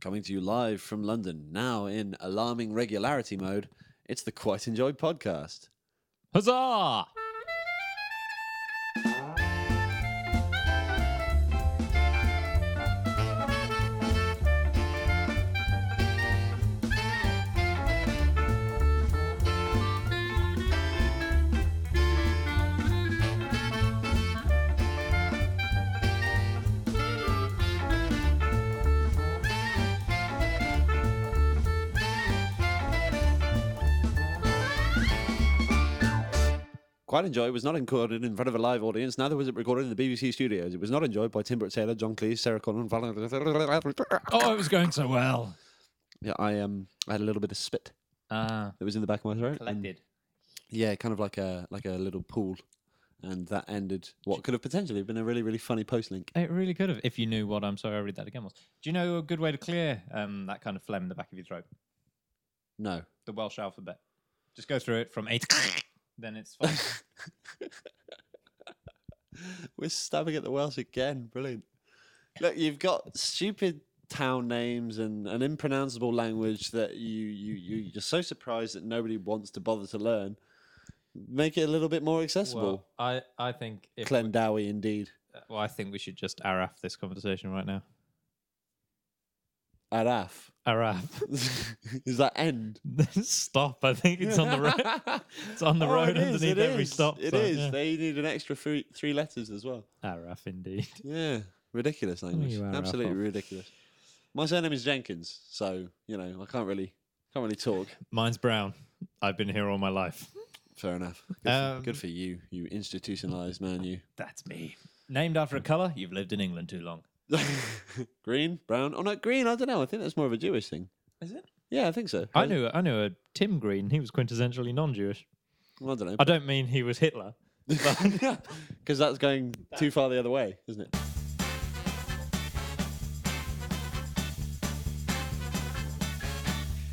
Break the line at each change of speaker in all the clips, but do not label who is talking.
Coming to you live from London, now in alarming regularity mode, it's the Quite Enjoyed podcast.
Huzzah!
Quite Enjoyed was not recorded in front of a live audience, neither was it recorded in the BBC studios. It was not enjoyed by Tim Brett Taylor, John Cleese, Sarah Connor, Val-
Oh, it was going so well.
Yeah, I um, I had a little bit of spit
Uh,
that was in the back of my throat. and-
collected.
yeah, kind of like a like a little pool, and that ended what could have potentially been a really really funny post link.
It really could have, if you knew what I'm sorry, I'll read that again was. Do you know a good way to clear um, that kind of phlegm in the back of your throat?
No,
The Welsh alphabet. Just go through it from A to then it's fine.
We're stabbing at the Welsh again. Brilliant. Look, you've got stupid town names and an impronounceable language that you you you you're so surprised that nobody wants to bother to learn. Make it a little bit more accessible.
well, I, I think if we,
Clendowie, indeed.
well, I think we should just araf this conversation right now.
Araf.
Araf.
is that end?
Stop. I think it's on the road. It's on the
Oh,
road
it is, it
underneath every
is,
stop.
It
sign,
is.
yeah.
They need an extra three, three letters as well.
Araf indeed.
Yeah, ridiculous language.
Oh, you are
Absolutely
awful.
ridiculous. My surname is Jenkins, so you know I can't really can't really talk.
Mine's brown. I've been here all my life.
Fair enough. Good, for,
Um,
good for you, you institutionalized man. You
That's me. Named after a colour, you've lived in England too long.
green, brown. Oh no, green. I don't know. I think that's more of a Jewish thing.
Is it?
Yeah, I think so.
I knew I knew a Tim Green. He was quintessentially non-Jewish.
I don't know.
I don't mean he was Hitler.
Because that's going too far the other way, isn't it?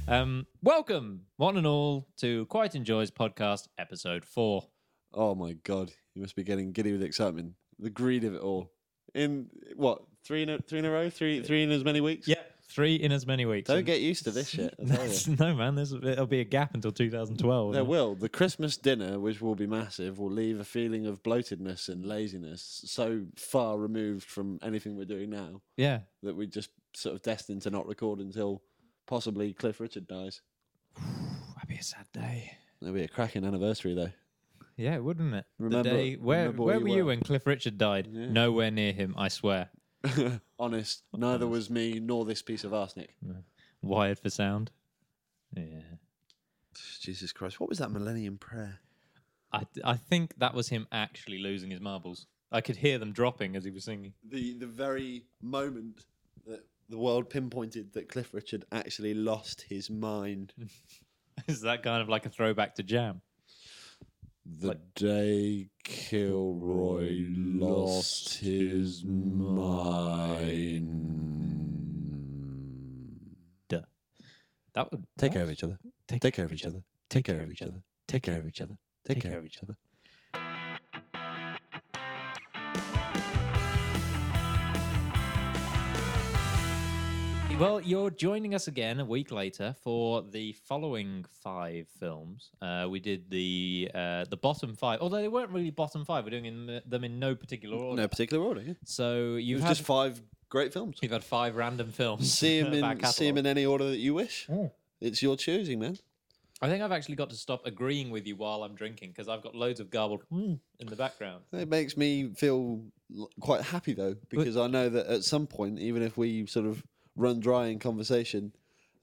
Um, welcome, one and all, to Quite Enjoys podcast episode four.
Oh my god, you must be getting giddy with excitement. The greed of it all. In what three in a, three in a row, three three in as many weeks.
three in as many weeks.
Don't
And
get used to this shit. I tell you.
that's- no man, there's it'll be a gap until 2012.
There will. The Christmas dinner, which will be massive, will leave a feeling of bloatedness and laziness so far removed from anything we're doing now
Yeah,
that we're just sort of destined to not record until possibly Cliff Richard dies.
that'd be a sad day.
It'll be a cracking anniversary, though.
Yeah, wouldn't it?
Remember-
the day where
remember
where
where
were
you
you
were.
when Cliff Richard died?
Yeah.
Nowhere near him, I swear.
Honest, neither was me nor this piece of arsenic.
Wired for sound. Yeah.
Jesus Christ, what was that Millennium Prayer?
I, I think that was him actually losing his marbles. I could hear them dropping as he was singing.
The the very moment that the world pinpointed that Cliff Richard actually lost his mind.
Is that kind of like a throwback to Jam?
The day Kilroy lost his mind.
That would
Take
that-
care of each other.
Take,
Take care of each other. Take care of each other. Take care of each other. Take care of each other.
Well, you're joining us again a week later for the following five films. Uh, we did the uh, the bottom five, although they weren't really bottom five. We're doing in, them in no particular order.
No particular order. Yeah.
So
It
you've
was
had,
just five great films.
you've had five random films.
See them
of our
in see 'em
catalogue.
in any order that you wish.
Mm.
It's your choosing, man.
I think I've actually got to stop agreeing with you while I'm drinking because I've got loads of garbled hmm, in the background.
It makes me feel l- quite happy though, because I know that at some point, even if we sort of run dry in conversation,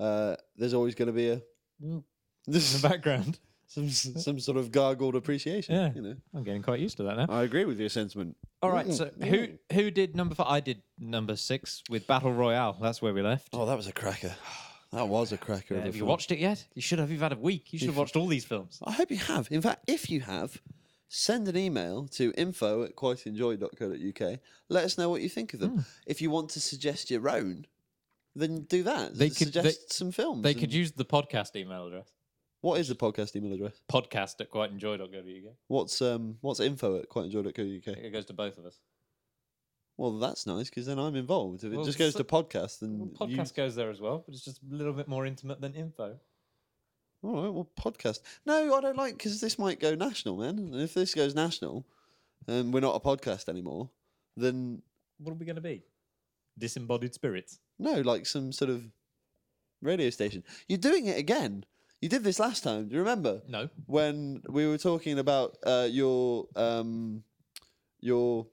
uh, there's always going to be a
Mm.
this
In the background.
some some sort of gargled appreciation.
Yeah.
you know.
I'm getting quite used to that now.
I agree with your sentiment.
All right, so
Mm-hmm.
who
Mm.
who did number five? I did number six with Battle Royale. That's where we left.
Oh, that was a cracker. That was a cracker.
Uh,
of a
have you
film.
watched it yet? You should have. You've had a week. You should have watched all these films.
I hope you have. In fact, if you have, send an email to info at quiteenjoy.co.uk. Let us know what you think of them.
Hmm.
If you want to suggest your own, then do that. They
They could- they-
suggest some films.
They could
and-
use the podcast email address.
What is the podcast email address?
Podcast at quiteenjoy.co.uk.
What's um what's info at quiteenjoy.co.uk?
It goes to both of us.
Well, that's nice because then I'm involved. If it
Well,
just goes
so-
to podcast,
Well,
then you-
podcast goes there as well, but it's just a little bit more intimate than info.
All right, well, podcast. No, I don't like because this might go national, man. And if this goes national, and we're not a podcast anymore, then
What are we going to be? Disembodied spirits.
no, like some sort of radio station. You're doing it again. You did this last time. Do you remember
No.
when we were talking about uh, your um, your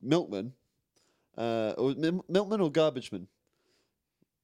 milkman, uh, or mil- milkman or garbageman?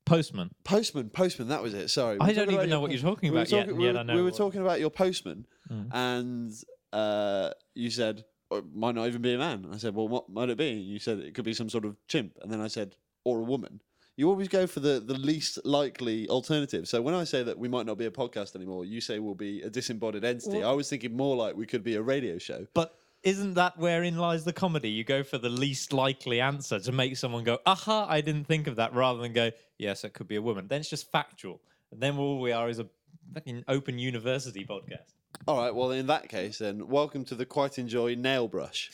Postman.
Postman, postman. That was it. Sorry, We were
I
talking
don't
about
even know
your
what
po-
you're talking
we were
about yet.
talking-
and
we
yet
were-
I know.
We were
what-
talking about your postman.
Mm.
and uh, you said "Oh, it might not even be a man. I said, well, what might it be? And you said it could be some sort of chimp, and then I said, or a woman. You always go for the, the least likely alternative. So when I say that we might not be a podcast anymore, you say we'll be a disembodied entity.
Well-
I was thinking more like we could be a radio show.
But isn't that wherein lies the comedy? You go for the least likely answer to make someone go, aha, I didn't think of that, rather than go, yes, it could be a woman. Then it's just factual. And then all we are is a fucking open university podcast.
All right, well, in that case, then, welcome to the Quite Enjoy Nail Brush.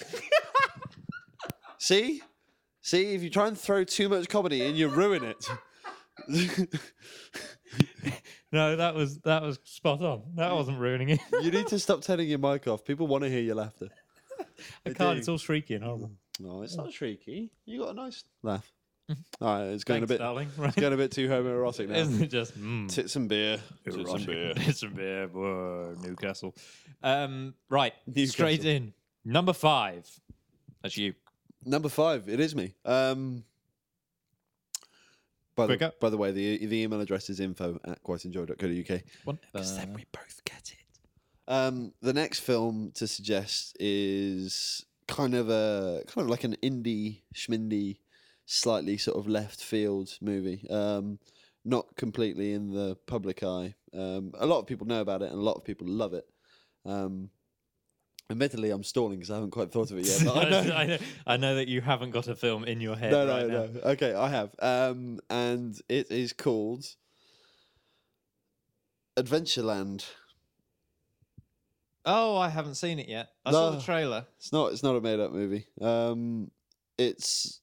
See? See, if you try and throw too much comedy in, you ruin it.
No, that was that was spot on. That wasn't ruining it.
you need to stop turning your mic off. People want to hear your laughter.
I
They
can't.
do.
It's all Oh, shrieky and horrible.
No, it's not shrieky. You got a nice laugh. All right, it's going
Mm-hmm. Thanks,
a bit
darling. Right?
it's going a bit too homoerotic now.
Isn't it just mm,
Tits and beer.
erotic? Tits and beer. Whoa, Newcastle. Um, right, straight
Newcastle.
in. Number five. That's you.
Number five, it is me. Um, by, the,
Quicker.
by the way, the the email address is info at quiteenjoy.co.uk.
Whatever.
both get it. Um, the next film to suggest is kind of a kind of like an indie schmindy, slightly sort of left field movie. Um, not completely in the public eye. Um, a lot of people know about it, and a lot of people love it. Um, admittedly, I'm stalling because I haven't quite thought of it yet. But I
I,
know.
know. I, know, that you haven't got a film in your head.
No,
right
no,
now.
no. Okay, I have. Um, and it is called Adventureland.
Oh, I haven't seen it yet. I saw the
No.
trailer.
It's not. It's not a made up movie. Um, it's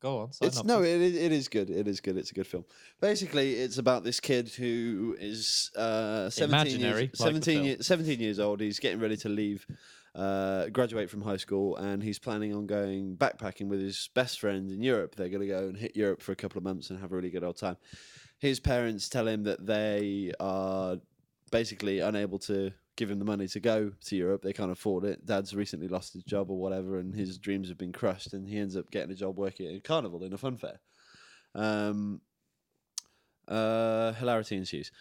Go on. Sign
it's
up.
no. It, is- it is good. It is good. It's a good film. Basically, it's about this kid who is uh, seventeen
Imaginary, like
years
the
17,
film.
ye- 17 years old. He's getting ready to leave, uh, graduate from high school, and he's planning on going backpacking with his best friend in Europe. They're going to go and hit Europe for a couple of months and have a really good old time. His parents tell him that they are basically unable to give him the money to go to Europe. They can't afford it. Dad's recently lost his job or whatever, and his dreams have been crushed. And he ends up getting a job working at a carnival in a fun fair. Um, uh, hilarity ensues.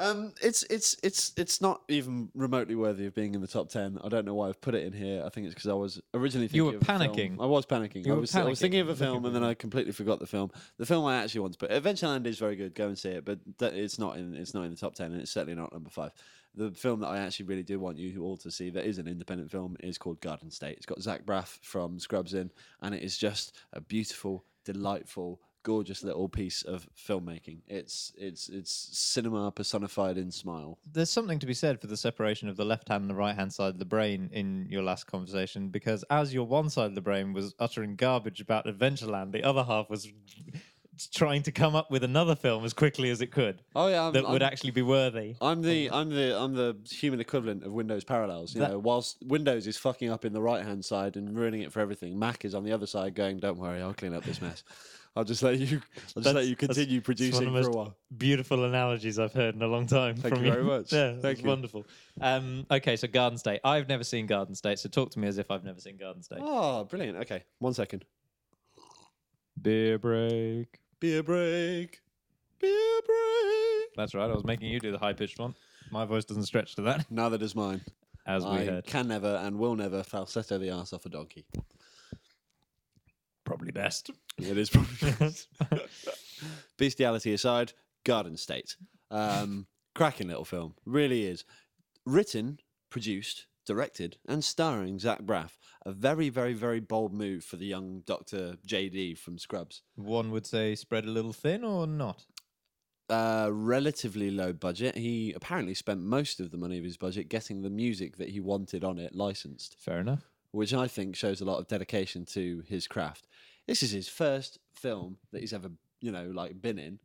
Um, it's it's it's it's not even remotely worthy of being in the top ten. I don't know why I've put it in here. I think it's because I was originally thinking
You were
of a film.
panicking.
I was panicking.
You
I
were
was, I was thinking
panicking.
of a film and then I completely forgot the film. The film I actually want to put Adventureland is very good. Go and see it, but that, it's not in it's not in the top ten and it's certainly not number five. The film that I actually really do want you all to see that is an independent film is called Garden State. It's got Zach Braff from Scrubs in, and it is just a beautiful, delightful, gorgeous little piece of filmmaking. It's it's it's cinema personified in smile.
There's something to be said for the separation of the left hand and the right hand side of the brain in your last conversation, because as your one side of the brain was uttering garbage about Adventureland, the other half was trying to come up with another film as quickly as it could
Oh yeah, I'm,
that
I'm-
would actually be worthy.
I'm the I'm the I'm the human equivalent of Windows Parallels. You
That-
know, whilst Windows is fucking up in the right hand side and ruining it for everything, Mac is on the other side going, "Don't worry, I'll clean up this mess. I'll just let you, I'll just let
That's-
you
that's-
continue
it's one
producing
of
for
the
a
most
while."
Beautiful analogies I've heard in a long time.
Thank
from
you very much.
yeah,
Thank
that's
you.
wonderful. Um, okay, so Garden State. I've never seen Garden State, so talk to me as if I've never seen Garden State.
Oh, brilliant. Okay, one second.
Beer break.
Beer break. Beer break.
That's right. I was making you do the high pitched one. My voice doesn't stretch to that,
Neither does mine.
as we
I
heard.
can never and will never falsetto the ass off a donkey.
Probably best.
It is probably bestiality aside, Garden State. Um, cracking little film, really is. Written, produced, directed, and starring Zach Braff. A very, very, very bold move for the young Doctor JD from Scrubs.
one would say spread a little thin or not.
Uh, relatively low budget. He apparently spent most of the money of his budget getting the music that he wanted on it licensed.
Fair enough.
which I think shows a lot of dedication to his craft. This is his first film that he's ever, you know, like been in.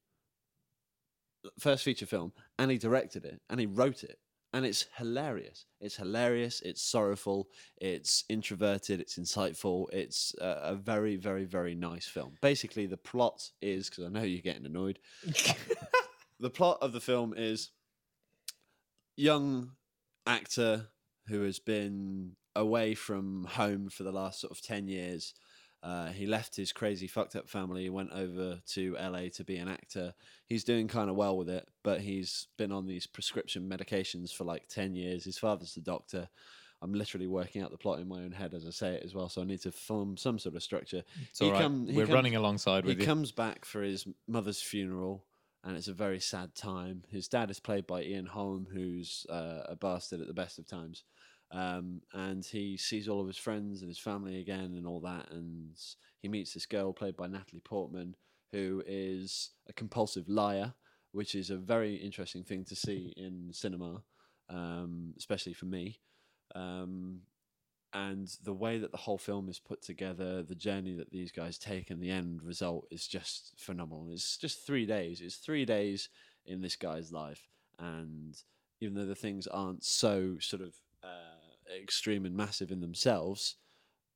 First feature film, and he directed it, and he wrote it, and it's hilarious. It's hilarious. It's sorrowful. It's introverted. It's insightful. It's uh, a very, very, very nice film. Basically, the plot is because I know you're getting annoyed. the plot of the film is young actor who has been away from home for the last sort of 10 years. Uh, he left his crazy fucked up family, went over to LA to be an actor. He's doing kind of well with it, but he's been on these prescription medications for like 10 years. His father's the doctor. I'm literally working out the plot in my own head as I say it as well, so I need to form some sort of structure.
It's all right.
come- he
We're
comes-
running alongside
He
with you.
comes back for his mother's funeral, and it's a very sad time. His dad is played by Ian Holm, who's uh, a bastard at the best of times. Um, and he sees all of his friends and his family again and all that. And he meets this girl played by Natalie Portman, who is a compulsive liar, which is a very interesting thing to see in cinema, um, especially for me. Um, and the way that the whole film is put together, the journey that these guys take, and the end result is just phenomenal. It's just three days. It's three days in this guy's life, and even though the things aren't so sort of uh, extreme and massive in themselves,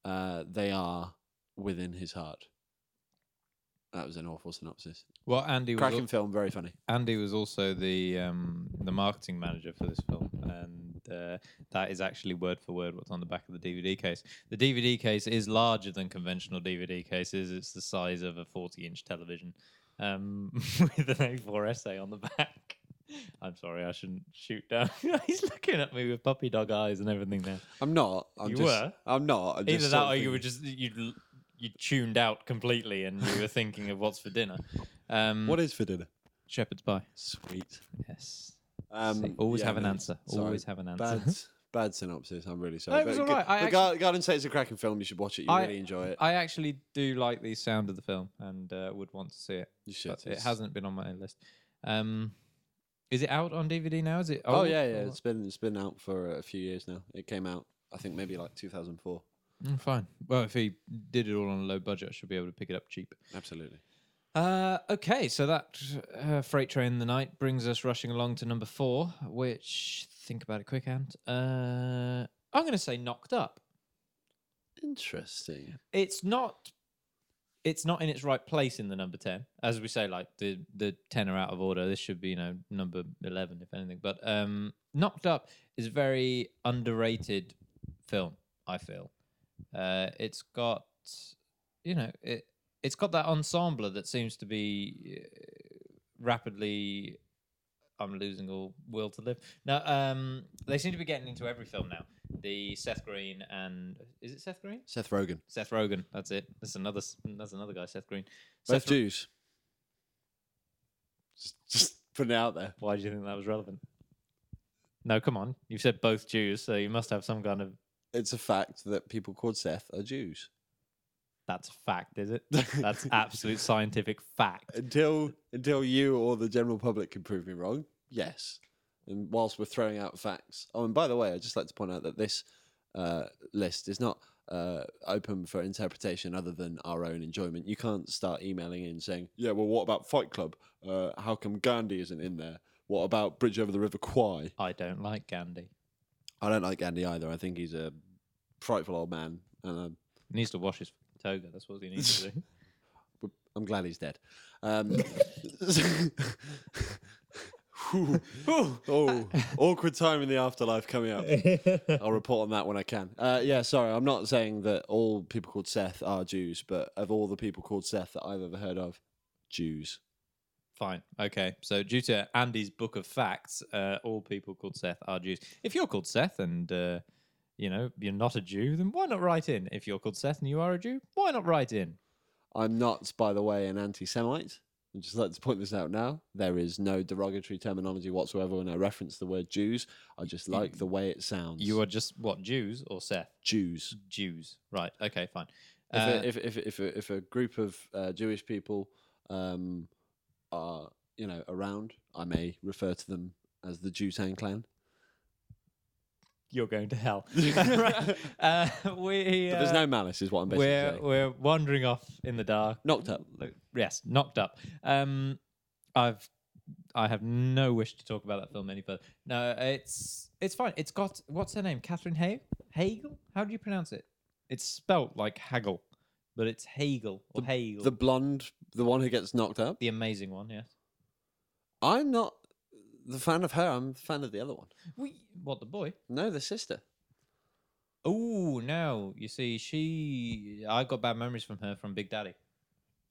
uh, they are within his heart. That was an awful synopsis.
Well, Andy was,
Cracking
al-
film, very funny.
Andy was also the um, the marketing manager for this film, and uh, that is actually word for word what's on the back of the DVD case. The DVD case is larger than conventional DVD cases; it's the size of a forty-inch television, um, with an A4 essay on the back. I'm sorry, I shouldn't shoot down. He's looking at me with puppy dog eyes and everything now.
I'm not. I'm
You
just,
were?
I'm not. I'm
Either
just
that,
sort
or
of
you were
thinking-
just you you tuned out completely, and you were thinking of what's for dinner. Um,
What is for dinner?
shepherd's pie?
Sweet.
Yes.
Um,
always
yeah,
have an
no,
answer.
sorry.
Always have an answer.
Bad, bad synopsis. I'm really sorry.
No, it was
But
all right.
Ga-
I
but Gar- Garden State's a cracking film. You should watch it. You
I-
really enjoy it.
I actually do like the sound of the film and uh, would want to see it.
you should.
But it
It's-
hasn't been on my list. Um, is it out on DVD now? Is it?
Oh
old
yeah, yeah.
or
It's been it's been out for a few years now. It came out, I think, maybe like 2004.
what? Mm, fine. Well, if he did it all on a low budget, I should be able to pick it up cheap.
Absolutely.
Uh, okay, so that uh, freight train of the night brings us rushing along to number four, which think about it quick, and uh, I'm going to say knocked up.
Interesting.
it's not it's not in its right place in the number 10 as we say like the the 10 are out of order this should be you know number 11 if anything but um knocked up is a very underrated film i feel uh it's got you know it it's got that ensemble that seems to be uh, rapidly i'm losing all will to live now um they seem to be getting into every film now the seth green and is it seth green
Seth Rogen.
Seth Rogen. That's it. That's another. s- That's another guy. Seth Green.
Both
Seth Ro-
Jews. Just, just putting it out there.
Why do you think that was relevant? No, come on. You've said both Jews, so you must have some kind of.
It's a fact that people called Seth are Jews
That's fact, is it? That's absolute scientific fact.
until until you or the general public can prove me wrong. Yes. And whilst we're throwing out facts, oh, and by the way, I'd just like to point out that this uh, list is not uh, open for interpretation other than our own enjoyment. You can't start emailing in saying, yeah, well, what about Fight Club? Uh, how come Gandhi isn't in there? What about Bridge Over the River Kwai?
I don't like Gandhi.
I don't like Gandhi either. I think he's a frightful old man, and um,
He needs to wash his toga. That's what he needs to do.
I'm glad he's dead. Um, Whew. oh, awkward time in the afterlife coming up. I'll report on that when I can. Uh, yeah, sorry, I'm not saying that all people called Seth are Jews, but of all the people called Seth that I've ever heard of, Jews.
Fine. Okay. So, due to Andy's book of facts, uh, all people called Seth are Jews. If you're called Seth and uh, you know you're not a Jew, then why not write in? If you're called Seth and you are a Jew, why not write in?
I'm not, by the way, an anti Semite. I'd just like to point this out now. There is no derogatory terminology whatsoever when I reference the word Jews. I just like the way it sounds.
You are just what Jews or Seth?
Jews.
Jews, right? Okay, fine.
if,
Uh,
a, if, if, if, a, if a group of uh, Jewish people um, are you know around, I may refer to them as the Jutan clan.
you're going to hell.
Right.
uh, we,
But there's
uh,
no malice, is what I'm basically
we're,
saying.
we're wandering off in the dark.
Knocked up.
Look- Yes, knocked up. Um, I've I have no wish to talk about that film any further. No, it's it's fine. It's got what's her name? Catherine Hale? Hagel? How do you pronounce it? It's spelt like Hagel, but it's Hagel or Hagel.
The blonde, the one who gets knocked up.
the amazing one, yes.
I'm not the fan of her. I'm the fan of the other one.
We, what the boy?
No, the sister.
Oh no! You see, she I got bad memories from her from Big Daddy.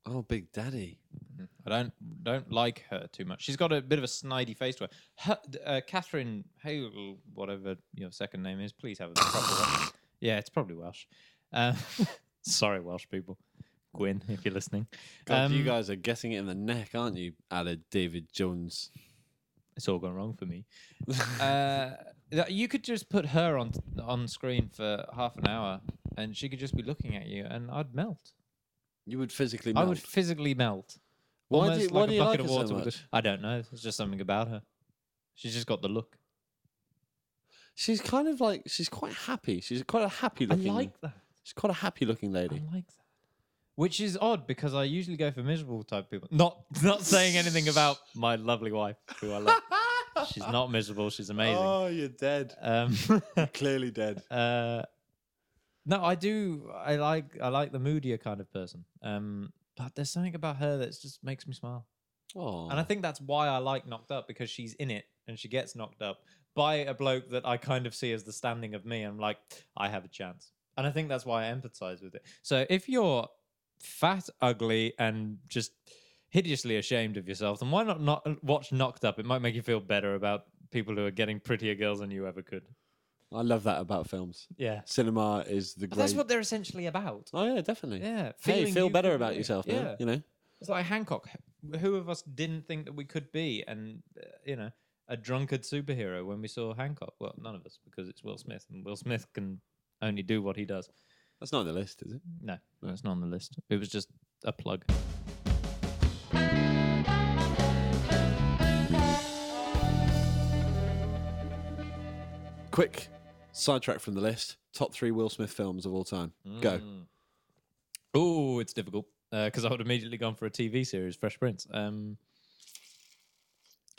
Oh, Big Daddy.
I don't don't like her too much. She's got a bit of a snidey face to her. her uh, Catherine Hale, whatever your second name is, please have a proper. one. Yeah, it's probably Welsh. Uh, sorry, Welsh people. Gwyn, if you're listening,
God, you
Um,
guys are getting it in the neck, aren't you? Added David Jones.
it's all gone wrong for me. Uh, th- you could just put her on on screen for half an hour, and she could just be looking at you, and I'd melt.
You would physically.
I
melt.
would physically melt.
Why do
Almost
you- why do you like
of
her so
water would do-
much?
I don't know. It's just something about her. She's just got the look.
She's kind of like she's quite happy. She's quite a happy looking.
I like that.
She's quite a happy looking
I
lady.
like that. Which is odd because I usually go for miserable type people. Not not saying anything about my lovely wife, who I love. she's not miserable. She's amazing.
Oh, you're dead.
Um,
Clearly dead.
uh, no, I do. I like I like the moodier kind of person. Um, but there's something about her that just makes me smile,
Oh,
and I think that's why I like Knocked Up because she's in it and she gets knocked up by a bloke that I kind of see as the standing of me. I'm like, I have a chance, and I think that's why I empathize with it. So if you're fat, ugly, and just hideously ashamed of yourself, then why not not watch Knocked Up? It might make you feel better about people who are getting prettier girls than you ever could.
I love that about films.
Yeah.
Cinema is the
But
great.
that's what they're essentially about.
Oh yeah, definitely.
Yeah.
Hey,
feeling
feel
you
better
could
about
be.
yourself, man.
Yeah.
You know.
It's like Hancock. Wh- Who of us didn't think that we could be, and uh, you know, a drunkard superhero when we saw Hancock? Well, none of us, because it's Will Smith, and Will Smith can only do what he does.
That's not on the list, is it?
No, that's not on the list. It was just a plug.
Quick sidetrack from the list. Top three Will Smith films of all time. Go.
Oh, it's difficult because I would have immediately gone for a TV series, Fresh Prince. Um,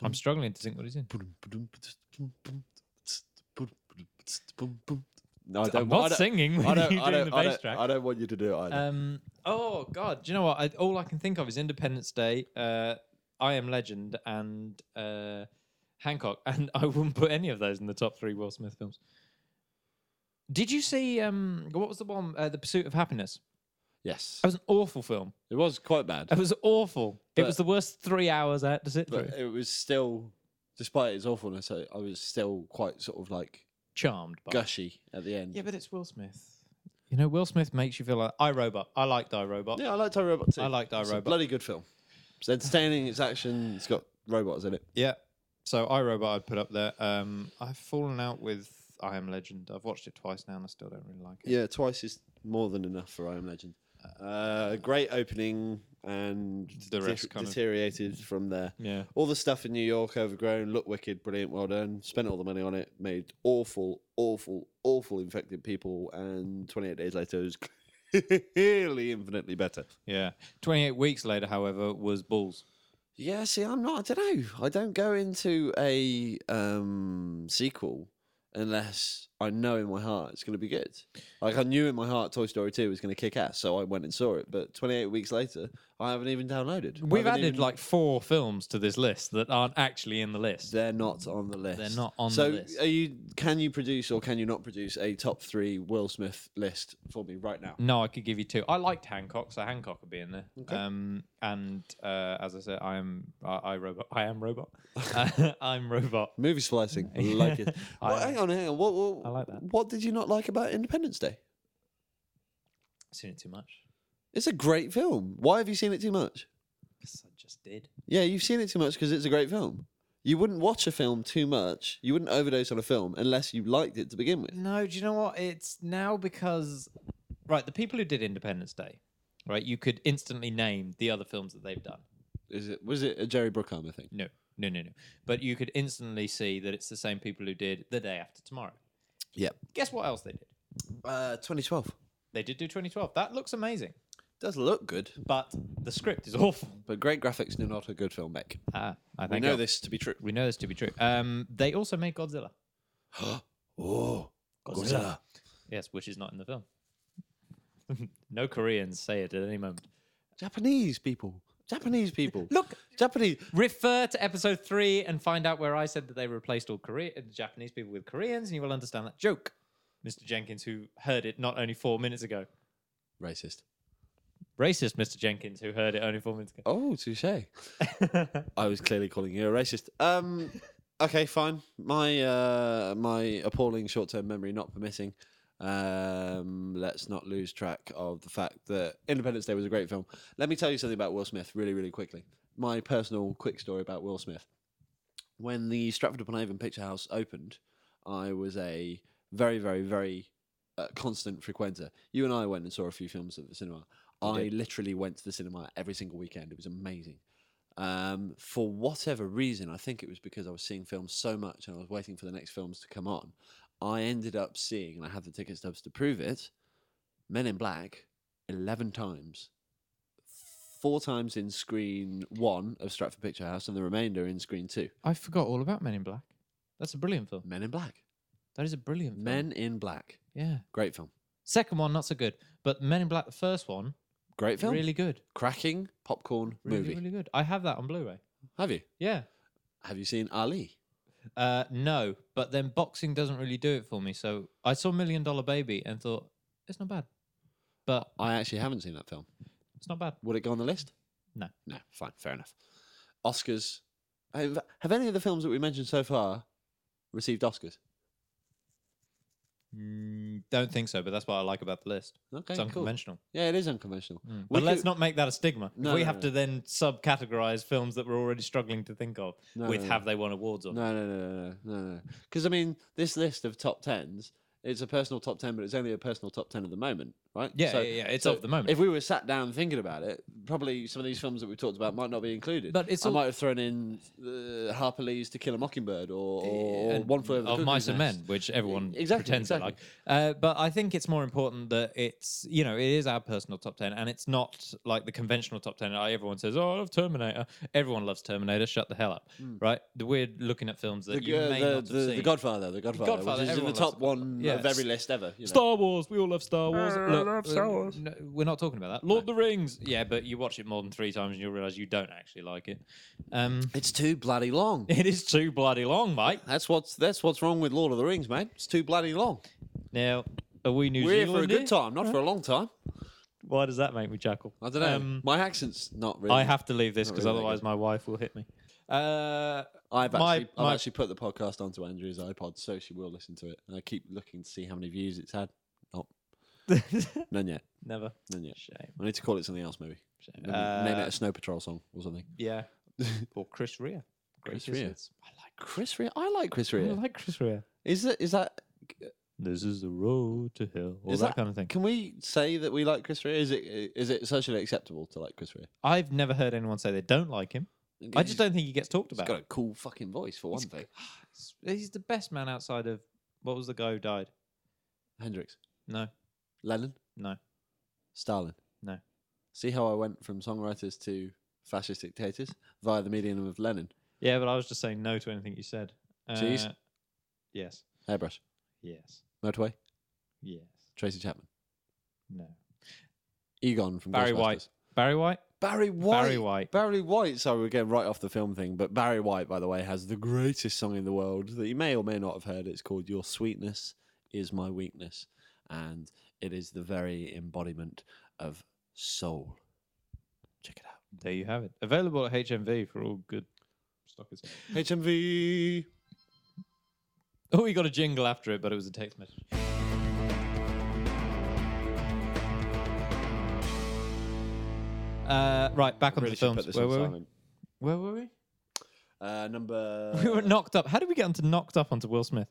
I'm struggling to think what he's in.
No, I don't.
I'm not
I don't,
singing when
I don't,
you're
I,
doing
don't,
the
I,
bass
don't,
track.
I don't want you to do it either.
Um, oh God, do you know what? I, all I can think of is Independence Day, uh, I Am Legend, and uh, Hancock, and I wouldn't put any of those in the top three Will Smith films. Did you see um, what was the one? Uh, the Pursuit of Happiness.
yes,
That was an awful film.
it was quite bad,
It was awful. it
But-
was the worst three hours I had to sit
but
through.
it was still, despite its awfulness, I, I was still quite sort of like
Charmed by.
gushy at the end.
Yeah, but it's Will Smith. You know, Will Smith makes you feel like I Robot. I liked I Robot.
Yeah, I liked iRobot too.
I liked
It's a
iRobot.
bloody good film. It's entertaining. It's action. It's got robots in it.
Yeah. So iRobot I'd put up there. Um, I've fallen out with I Am Legend. I've watched it twice now and I still don't really like it.
Yeah, twice is more than enough for I Am Legend. Uh, great opening and
The rest
det-
kind of-
deteriorated from there.
Yeah.
All the stuff in New York overgrown, looked wicked, brilliant, well done. Spent all the money on it, made awful, awful, awful infected people, and 28 days later it was clearly infinitely better.
Yeah. 28 weeks later, however, was Bulls.
Yeah, see, I'm not. I don't know. I don't go into a um, sequel unless I know in my heart it's going to be good. Like I knew in my heart Toy Story 2 was going to kick ass, so I went and saw it. But 28 weeks later, I haven't even downloaded. I
We've
haven't
added
even-
like four films to this list that aren't actually in the list.
They're not on the list.
not on the
so
list.
Are you? Can you produce or can you not produce a top three Will Smith list for me right now?
No, I could give you two. I liked Hancock, so Hancock would be in there.
Okay.
Um, and uh, as I said, I am I, I robot. I am robot. Uh, I'm robot.
Movie slicing, I like it.
I-
Well, hang on, hang on. What, what?
I like that.
What did you not like about Independence Day?
I've seen it too much.
It's a great film. Why have you seen it too much?
'Cause I just did.
Yeah, you've seen it too much because it's a great film. You wouldn't watch a film too much. You wouldn't overdose on a film unless you liked it to begin with.
No, do you know what? It's now because right, the people who did Independence Day, right, you could instantly name the other films that they've done.
Is it was it a Jerry Bruckheimer thing?
No, no, no, no. But you could instantly see that it's the same people who did The Day After Tomorrow.
Yep.
Guess what else they did?
Uh, 2012
They did do 2012. That looks amazing,
does look good,
but the script is awful.
but great graphics do not a good film make.
Ah, I
We
think
know
I-
this to be true.
We know this to be true. Um, they also made Godzilla.
oh,
Godzilla. Yes, which is not in the film. no Koreans say it at any moment.
Japanese people. Japanese people.
Look,
Japanese.
refer to episode three and find out where I said that they replaced all Korea- Japanese people with Koreans, and you will understand that joke, Mr. Jenkins, who heard it not only four minutes ago.
Racist.
Racist, Mr. Jenkins, who heard it only four minutes ago.
Oh, touche. I was clearly calling you a racist. Um, okay, fine. My uh, my appalling short term memory not permitting. Um, let's not lose track of the fact that Independence Day was a great film. Let me tell you something about Will Smith really, really quickly. My personal quick story about Will Smith. When the Stratford upon Avon Picture House opened, I was a very, very, very uh, constant frequenter. You and I went and saw a few films at the cinema. I literally went to the cinema every single weekend. It was amazing. Um, for whatever reason, I think it was because I was seeing films so much and I was waiting for the next films to come on. I ended up seeing, and I have the ticket stubs to prove it, Men in Black 11 times. Four times in screen one of Stratford Picture House and the remainder in screen two.
I forgot all about Men in Black. That's a brilliant film.
Men in Black.
That is a brilliant film.
Men in Black.
Yeah.
Great film.
Second one, not so good. But Men in Black, the first one,
Great film.
really good.
Cracking popcorn
Really,
movie.
really good. I have that on Blu ray.
Have you?
Yeah.
Have you seen Ali?
Uh, no, but then boxing doesn't really do it for me. So I saw Million Dollar Baby and thought it's not bad, but
I actually haven't seen that film.
it's not bad.
Would it go on the list?
No.
No, fine, fair enough. Oscars. Have, have any of the films that we mentioned so far received Oscars?
Mm, don't think so, but that's what I like about the list.
Okay,
it's
cool.
unconventional.
Yeah, it is unconventional.
Mm.
We
But let's
could-
not make that a stigma. If
No,
we
no,
have
no.
to then subcategorize films that we're already struggling to think of
No,
with
no, no.
have they won awards or not.
No, no, no, no, no, no. Because I mean, this list of top tens, it's a personal top ten, but it's only a personal top ten at the moment, right?
Yeah, yeah, yeah, it's of the moment.
If we were sat down thinking about it, probably some of these films that we talked about might not be included.
But it's
I
all-
might have thrown in uh, Harper Lee's To Kill a Mockingbird or, or
and
One Flew Over the
of
Cuckoo's
mice and
Nest.
men, which everyone
exactly,
pretends
exactly.
they like. Uh, but I think it's more important that it's you know it is our personal top ten, and it's not like the conventional top ten. Like everyone says, "Oh, I love Terminator." Everyone loves Terminator. Shut the hell up, right? We're looking at films that
Mm. The,
you
uh,
may
the-
not have
the- the
seen.
Godfather, the Godfather,
Godfather,
which is in the
everyone loves
top
The Godfather.
one
Yeah.
of every list ever. You know.
Star Wars. We all love Star Wars.
I
Look,
love Star
uh,
Wars.
no, we're not talking about that. Lord of the Rings. Yeah, but you watch it more than three times, and you'll realize you don't actually like it. Um,
It's too bloody long.
it is too bloody long, mate.
That's what's that's what's wrong with Lord of the Rings, mate. It's too bloody long.
Now, are we New
We're here
Zealand?
for a good time, not for a long time.
Why does that make me chuckle?
I don't know. My accent's not really.
Um, I have to leave this because
really that
otherwise
good.
my wife will hit me. Uh,
I've actually,
my-
I've
my-
actually put the podcast onto Andrew's iPod, so she will listen to it. And I keep looking to see how many views it's had. Not none yet.
never.
None yet.
Shame. Uh,
I need to call it something else, maybe. Maybe Name it a Snow Patrol song or something.
Yeah. or Chris Rea.
Chris
Greatest
Rea.
hits. I like.
Chris Rea. I like Chris Rea.
I like Chris Rea.
Is that is that
This is the road to hell. All
Is
that,
that-
kind of thing.
Can we say that we like Chris Rea? Is it is it socially acceptable to like Chris Rea?
I've never heard anyone say they don't like him. I just don't think he gets talked
He's
about.
got a cool fucking voice for one thing.
He's- He's the best man outside of what was the guy who died?
Hendrix,
No,
Lennon,
no.
Stalin.
No.
See how I went from songwriters to fascist dictators via the medium of Lennon.
Yeah, but I was just saying no to anything you said.
Cheese?
Uh, Yes.
Hairbrush,
Yes.
Motorway,
Yes.
Tracy Chapman,
No.
Egon from
Barry White.
Ghostbusters.
Barry White.
Barry White.
Barry White.
Barry White. Sorry, we're going right off the film thing, but Barry White, by the way, has the greatest song in the world that you may or may not have heard. It's called "Your Sweetness Is My Weakness," and it is the very embodiment of soul. Check it out.
There you have it. Available at HMV for all good stockers.
HMV.
Oh, we got a jingle after it, but it was a text message. Uh, right, back on
Really
the
should
films.
put this
Where
on
were we?
silent.
Where were we?
Uh,
we were
number.
knocked up. How did we get onto knocked up onto Will Smith?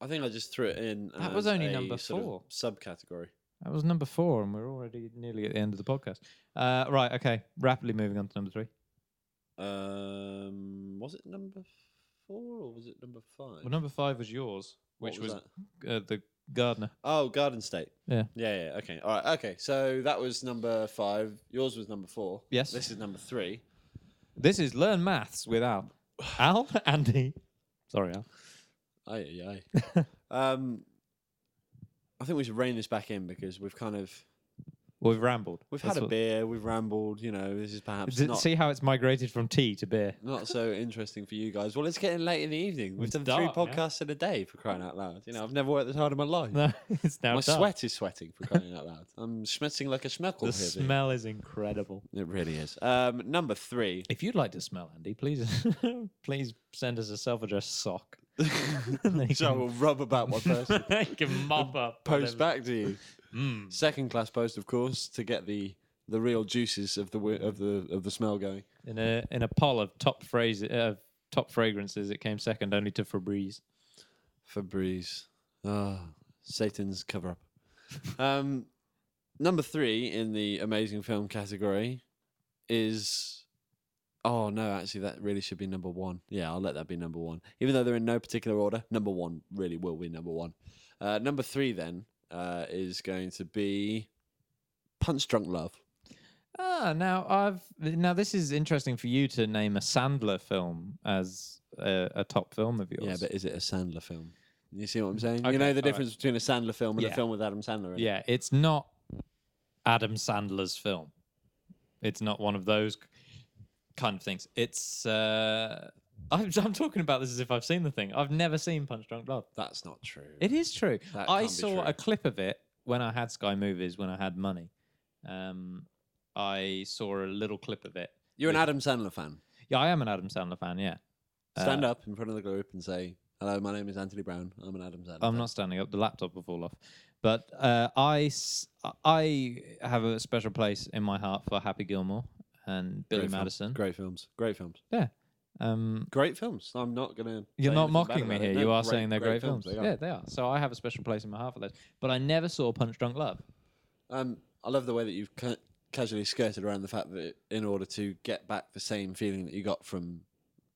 I think I just threw it in.
That was
as
only
a
number
sort of
four.
subcategory.
That was number four, and we're already nearly at the end of the podcast. Uh, right, okay. Rapidly moving on to number three.
Um, was it number four or was it number five?
Well, number five was yours. which
was
was, uh, the gardener.
Oh, Garden State.
Yeah.
Yeah, yeah. Okay. All right. Okay. So that was number five. Yours was number four.
Yes.
This is number three.
This is learn maths without Al, Andy. Sorry, Al.
Aye, aye, aye. um, I think we should rein this back in because we've kind of
We've rambled.
we've
That's
had a
what-
beer, we've rambled. You know, this is perhaps
Did-
not
See how it's migrated from tea to beer.
not so interesting for you guys. Well, it's getting late in the evening. We've
It's
done
dark now.
three podcasts in a day for crying out loud. You know, I've never worked this hard in my life.
No, it's now
My
dark.
sweat is sweating for crying out loud. I'm schmitzing like a schmeckle
The
here. dude.
smell is incredible.
It really is. Um, number three.
If you'd like to smell Andy, please please send us a self-addressed sock. And then you
so I
can-
will rub about my person.
you can mop up.
Post
whatever.
back to you.
Mm.
Second class post, of course, to get the the real juices of the wi- of the of the smell going.
in a in a poll of top phrase uh, top fragrances. It came second only to Febreze.
Febreze. Ah, Satan's cover up. Um, number three in the amazing film category is. Oh no, actually, that really should be number one. Yeah, I'll let that be number one. Even though they're in no particular order, number one really will be number one. Uh, number three then uh, is going to be Punch Drunk Love.
Ah, now I've now this is interesting for you to name a Sandler film as a, a top film of yours.
Yeah, but is it a Sandler film? You see what I'm saying?
Okay,
you know the
alright.
difference between a Sandler film and
Yeah.
a film with Adam Sandler. In it?
yeah, it's not Adam Sandler's film. It's not one of those kind of things. It's uh, I'm, I'm talking about this as if I've seen the thing. I've never seen Punch Drunk Love.
that's not true.
It is true.
That
I
can't be
saw
true.
a clip of it when I had Sky Movies when I had money. Um, I saw a little clip of it.
You're an Adam Sandler fan.
Yeah, I am an Adam Sandler fan. Yeah, Uh,
Stand up in front of the group and say, "Hello, my name is Anthony Brown. I'm an Adam Sandler."
I'm not standing up. The laptop will fall off. But uh, I, s- I have a special place in my heart for Happy Gilmore and Billy
Great film.
Madison.
Great films. Great films.
Um,
Great films. I'm not gonna.
you're
say
not
anything bad
mocking me
about it.
here.
No,
you are saying they're great, films.
They are.
Yeah, they are. So I have a special place in my heart for those. But I never saw Punch Drunk Love.
Um, I love the way that you've ca- casually skirted around the fact that in order to get back the same feeling that you got from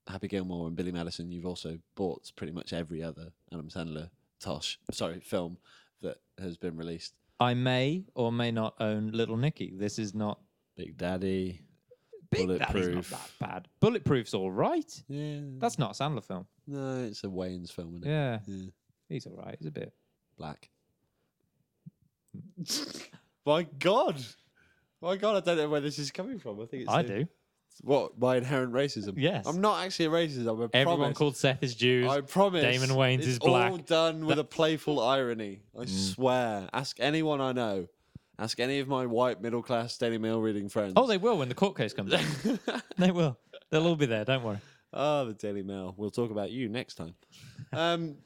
Happy Gilmore and Billy Madison, you've also bought pretty much every other Adam Sandler Tosh, sorry, film that has been released.
I may or may not own Little Nicky. This is not
Big Daddy.
Big Daddy's not
Bulletproof.
that bad. Bulletproof's all right.
Yeah.
That's not a Sandler film.
no, it's a Wayne's film, isn't it?
Yeah,
Yeah.
he's all right. He's a bit.
Black. My God. My God, I don't know where this is coming from. I think it's
I
the-
do.
What? My inherent racism.
Yes.
I'm not actually a racist. I'm a
Everyone
promise.
called Seth is Jews.
I promise.
Damon Wayans
it's
is black.
all done with a playful irony. I swear. Ask anyone I know. Ask any of my white middle class Daily Mail reading friends.
Oh, they will when the court case comes. up. they will. They'll all be there. Don't worry.
Ah, the Daily Mail. We'll talk about you next time. Um,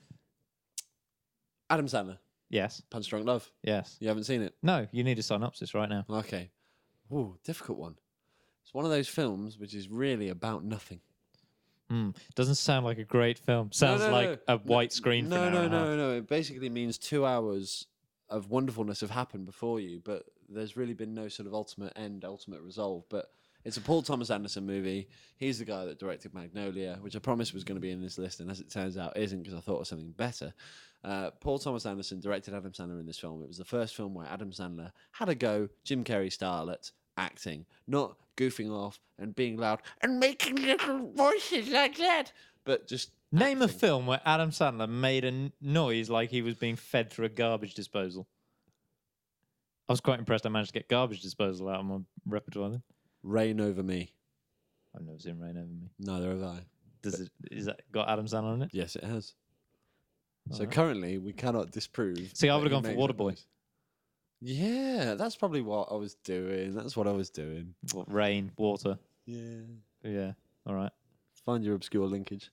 Adam Sandler,
Yes.
Punch Drunk Love.
Yes.
You haven't seen it?
No, you need a synopsis right now.
Okay. Ooh, difficult one. It's one of those films which is really about nothing.
Hmm. Doesn't sound like a great film. Sounds
no,
like
no.
a white screen.
No,
for an hour
no,
and a half.
no, no. It basically means two hours of wonderfulness have happened before you, but there's really been no sort of ultimate end, ultimate resolve. But it's a Paul Thomas Anderson movie. He's the guy that directed Magnolia, which I promised was going to be in this list, and as it turns out, isn't because I thought of something better. Uh, Paul Thomas Anderson directed Adam Sandler in this film. It was the first film where Adam Sandler had a go, Jim Carrey style, at acting, not goofing off and being loud and making little voices like that, but just
Name a
acting.
film where Adam Sandler made a n- noise like he was being fed through a garbage disposal. I was quite impressed. I managed to get garbage disposal out of my repertoire. Then
Rain Over Me.
I've never seen Rain Over Me.
Neither have I.
Does it? Is that got Adam Sandler in it?
Yes, it has. So
Alright.
currently, we cannot disprove.
See, I
that
would've
he
gone for
made that
Waterboy.
noise. Yeah, that's probably what I was doing. That's what I was doing.
What, rain, water.
Yeah.
Yeah. All right.
Find your obscure linkage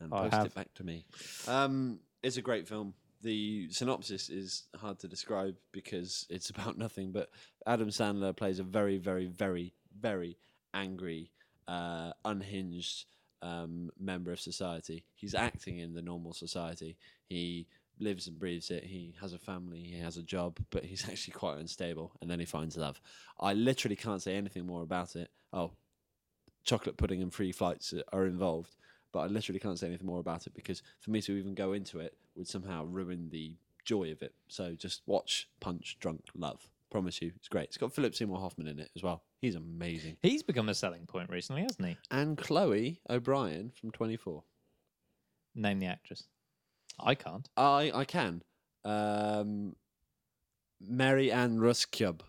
and
Oh, I
post
have.
it back to me. Um, it's a great film. The synopsis is hard to describe because it's about nothing, but Adam Sandler plays a very, very, very, very angry, uh, unhinged um, member of society. He's acting in the normal society. He lives and breathes it. He has a family, he has a job, but he's actually quite unstable. And then he finds love. I literally can't say anything more about it. Oh, chocolate pudding and free flights are involved. But I literally can't say anything more about it because for me to even go into it would somehow ruin the joy of it. So just watch Punch Drunk Love. Promise you, it's great. It's got Philip Seymour Hoffman in it as well. He's amazing.
He's become a selling point recently, hasn't he?
And Chloe O'Brien from 24.
Name the actress. I can't.
I I can. Um, Mary Ann Ruskub.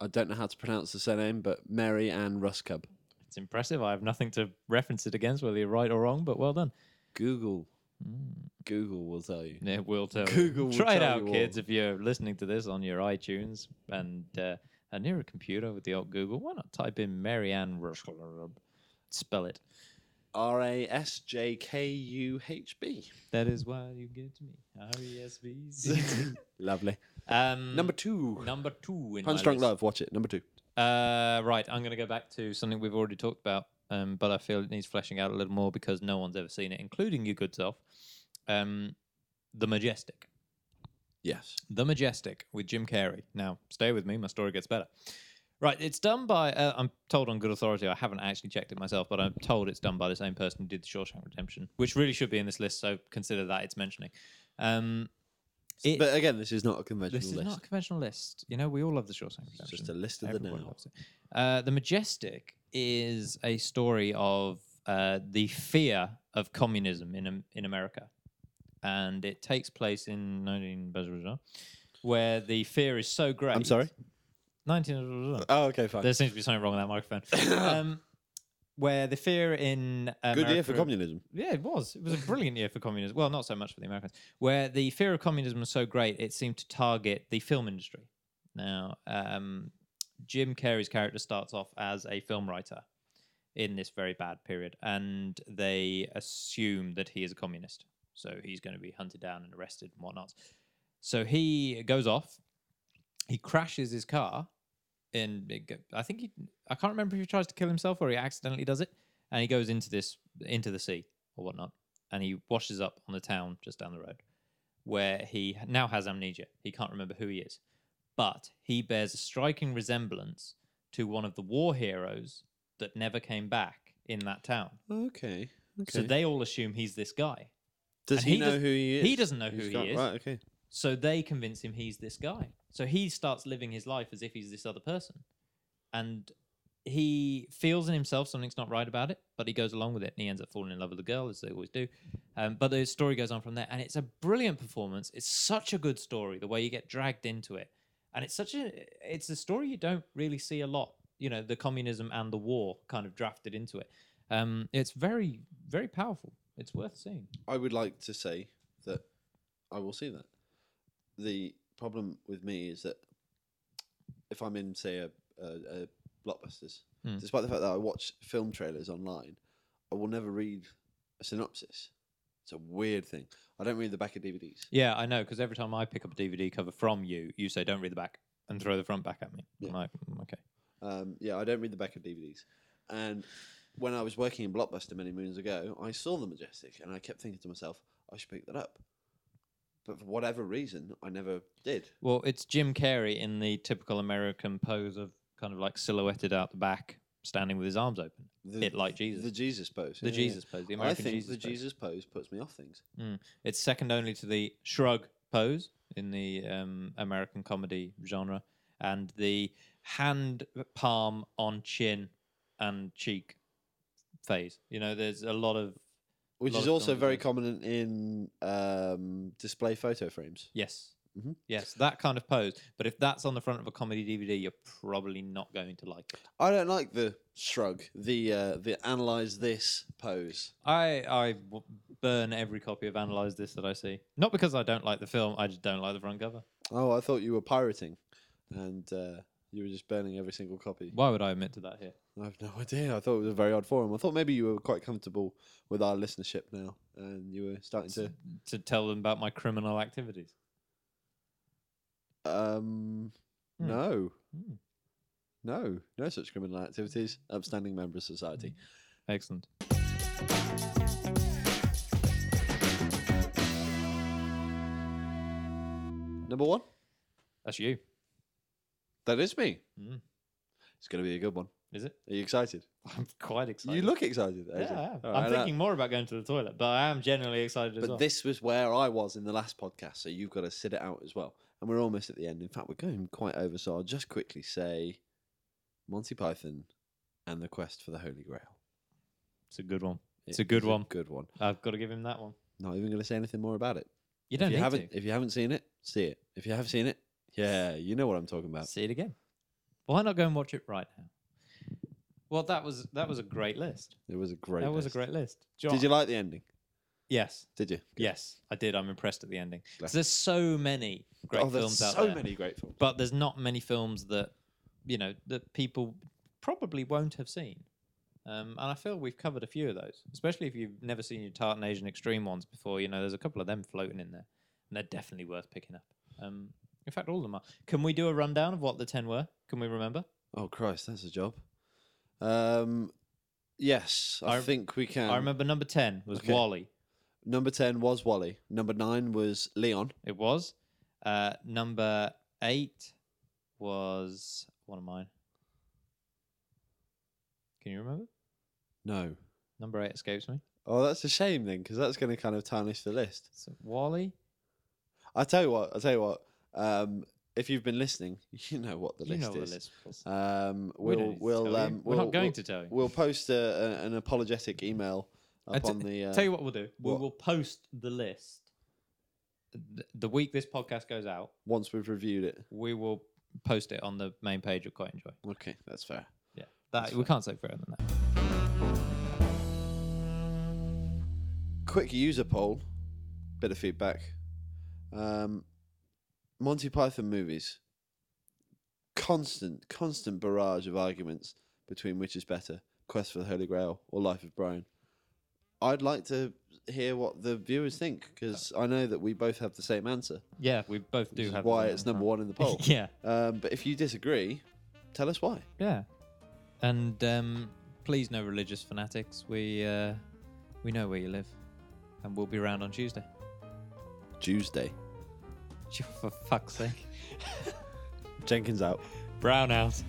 I don't know how to pronounce the surname, but Mary Ann Ruskub.
It's impressive. I have nothing to reference it against, whether you're right or wrong, but well done.
Google. Google will tell you.
It will tell you.
Google will
Try it
tell
out,
you all.
kids, if you're listening to this on your iTunes and uh, are near a computer with the old Google. Why not type in Marianne Rushkolarub? Spell it.
R A S J K U H B.
That is why you give to me. R-E-S-V-Z.
Lovely.
um,
Number two.
number two in my
Punch Drunk
list.
Love. Watch it. Number two.
Uh, right, I'm going to go back to something we've already talked about, um, but I feel it needs fleshing out a little more because no one's ever seen it, including you good self. Um, the Majestic.
Yes.
The Majestic with Jim Carrey. Now, stay with me, my story gets better. Right, it's done by, uh, I'm told on good authority, I haven't actually checked it myself, but I'm told it's done by the same person who did The Shawshank Redemption, which really should be in this list, so consider that it's mentioning. Um, It-
but again, this is not a conventional
this is
list.
not a conventional list. You know, we all love The Shawshank Redemption.
It's just a list of the
Everyone
now.
loves it. Uh, the Majestic is a story of uh, the fear of communism in Am- in America, and it takes place in 19 where the fear is so great.
I'm sorry.
19
Oh, okay, fine.
There seems to be something wrong with that microphone. um, where the fear in
Good year for
America-
communism.
yeah, it was. It was a brilliant year for communism. Well, not so much for the Americans, where the fear of communism was so great, it seemed to target the film industry. Now, um, Jim Carrey's character starts off as a film writer in this very bad period, and they assume that he is a communist. So he's going to be hunted down and arrested and whatnot. So he goes off, he crashes his car, and it go- I think he, I can't remember if he tries to kill himself or he accidentally does it, and he goes into this, into the sea or whatnot, and he washes up on the town just down the road, where he now has amnesia. He can't remember who he is, but he bears a striking resemblance to one of the war heroes that never came back in that town.
Okay. Okay.
So they all assume he's this guy.
does
and
he,
he
know
does-
who he is?
he doesn't know who
He's
he
got-
is.
Right. Okay.
So they convince him he's this guy. So he starts living his life as if he's this other person. And he feels in himself something's not right about it, but he goes along with it and he ends up falling in love with the girl, as they always do. Um, but the story goes on from there. And it's a brilliant performance. It's such a good story, the way you get dragged into it. And it's such a it's a story you don't really see a lot, you know, the communism and the war kind of drafted into it. Um, it's very, very powerful. It's worth seeing.
I would like to say that I will see that. The problem with me is that if I'm in, say, a, a, a blockbusters,
Mm.
despite the fact that I watch film trailers online, I will never read a synopsis. It's a weird thing. I don't read the back of DVDs.
Yeah, I know, because every time I pick up a DVD cover from you, you say, don't read the back and throw the front back at me. I'm
Yeah.
like, "Mm, okay.
Um, yeah, I don't read the back of DVDs. And when I was working in Blockbuster many moons ago, I saw The Majestic and I kept thinking to myself, I should pick that up. But for whatever reason, I never did.
Well, it's Jim Carrey in the typical American pose of kind of like silhouetted out the back, standing with his arms open.
The,
Bit like Jesus.
The Jesus pose.
The
yeah, yeah.
Jesus pose, the American
I think
Jesus.
the
pose.
Jesus pose puts me off things.
It's second only to the shrug pose in the um, American comedy genre and the hand palm on chin and cheek phase. You know, there's a lot of,
Which
lot
is
of
also
films
very
do.
common in um, display photo frames.
yes.
Mhm.
Yes, that kind of pose. But if that's on the front of a comedy DVD, you're probably not going to like it.
I don't like the shrug, the uh, the analyze this pose.
I I w- burn every copy of Analyze This that I see. Not because I don't like the film, I just don't like the front cover.
Oh, I thought you were pirating, and uh, you were just burning every single copy.
Why would I admit to that here?
I have no idea. I thought it was a very odd forum. I thought maybe you were quite comfortable with our listenership now, and you were starting
To,
to.
to tell them about my criminal activities.
Um,
Hmm.
No,
Hmm.
no, no such criminal activities. Upstanding member of society.
Excellent. Hmm.
Number one.
That's you,
That is me.
Mm.
It's going to be a good one.
is it?
Are you excited?
I'm quite excited.
You look excited.
Yeah,
Adrian.
I
All
am.
right,
I'm
and, uh,
thinking more about going to the toilet, but I am generally excited as
But
well.
this was where I was in the last podcast, so you've got to sit it out as well. And we're almost at the end. In fact, we're going quite over, so I'll just quickly say Monty Python and the Quest for the Holy Grail.
it's a good one. It's
It
a good
is
one.
good one.
I've got to give him that one.
Not even going to say anything more about it.
You don't
if you
need
haven't,
to
if you haven't seen it, see it. If you have seen it, yeah, you know what I'm talking about.
see it again. Why not go and watch it right now? Well, that was that was a great list.
It was a great.
that was a
list.
great list. John,
Did you like the ending?
Yes,
Did you? Good.
yes, I did. I'm impressed at the ending 'Cause
Glad.
there's so many great
oh, there's
films
so
out there.
many great films.
but there's not many films that you know that people probably won't have seen um, and i feel we've covered a few of those especially if you've never seen your tartan asian extreme ones before you know there's a couple of them floating in there and they're definitely worth picking up um, in fact all of them are can we do a rundown of what the 10 were can we remember
Oh Christ, that's a job. Um, yes, I,
I-
think we can.
i remember number 10 was
Um, okay.
wally
Number ten was Wally. Number nine was Leon.
it was uh, number 8 was one of mine can you remember
No.
number 8 escapes me
Oh, that's a shame then, because that's going to kind of tarnish the list.
so wally
I tell you what. I tell you what. Um, if you've been listening, you know what the
you
list
know
is.
the list was.
Um,
We
we'll
don't
we
need
will
to tell you.
um,
We're
we'll,
not going
we'll,
to tell you.
We'll post a, a, an apologetic email
I
up
t-
on the. Uh,
tell you what we'll do. We
what?
will post the list th- the week this podcast goes out.
once we've reviewed it.
We will post it on the main page of Quite Enjoy.
Okay, that's fair.
Yeah, that we can't say further than that.
Quick user poll, bit of feedback. Um, Monty Python movies. Constant, constant barrage of arguments between which is better, Quest for the Holy Grail or Life of Brian. I'd like to hear what the viewers think because I know that we both have the same answer.
Yeah, we both do
which is
have. the
why
same
it's
one,
number one in the
huh?
poll.
yeah,
Um, but if you disagree, tell us why.
yeah, and um, please no religious fanatics. We uh, we know where you live, and we'll be around on Tuesday.
Tuesday.
For fuck's sake,
Jenkins out.
brown out.